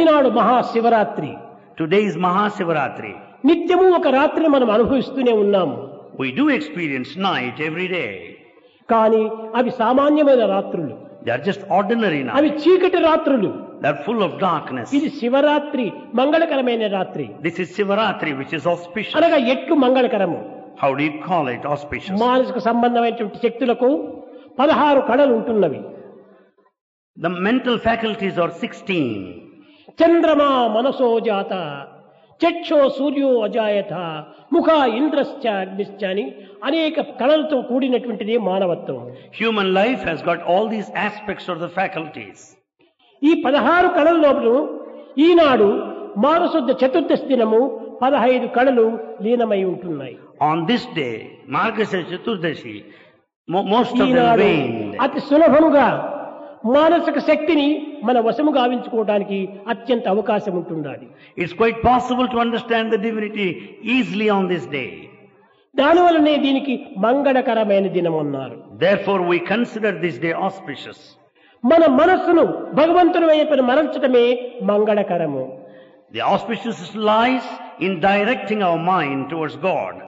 Eenadu Mahashivratri Today is Mahasivaratri. నిత్యము ఒక రాత్రిని మనం అనుభవిస్తూనే ఉన్నాము We do experience night every day. కానీ అవి సామాన్యమైన రాత్రులు They are just ordinary now. అవి చీకటి రాత్రులు They are full of darkness. ఇది శివరాత్రి మంగళకరమైన రాత్రి This is Sivaratri, which is auspicious. అనగా ఎట్లు మంగళకరము How do you call it auspicious? మానసిక సంబంధమైనటువంటి శక్తులకు పదహారు కళలు ఉంటున్నవి The mental faculties are 16. చంద్రమా మనసో జాత చక్షో సూర్యో అజాయత ముఖ ఇంద్రశ్చ అగ్నిశ్చ అని అనేక కళలతో కూడినటువంటిది మానవత్వం Human life has got all these aspects of the faculties. ఈ పదహారు కళల లోపల ఈనాడు మానశుద్ధ చతుర్దశి దినము పదహైదు కళలు లీనమై ఉంటున్నాయి On this day, Margasya Chaturdashi, mo- most of them Eenadu waned. అతి సులభముగా మానసిక శక్తిని మన వశము గావించుకోవడానికి అత్యంత అవకాశం ఉంటున్నది It's quite possible to understand the divinity easily on this day. దానివల్లనే దీనికి మంగళకరమైన దినం అన్నారు Therefore, we consider this day auspicious. మన మనస్సును భగవంతుని వైపున మరల్చడమే మంగళకరము The auspiciousness lies in directing our mind towards God.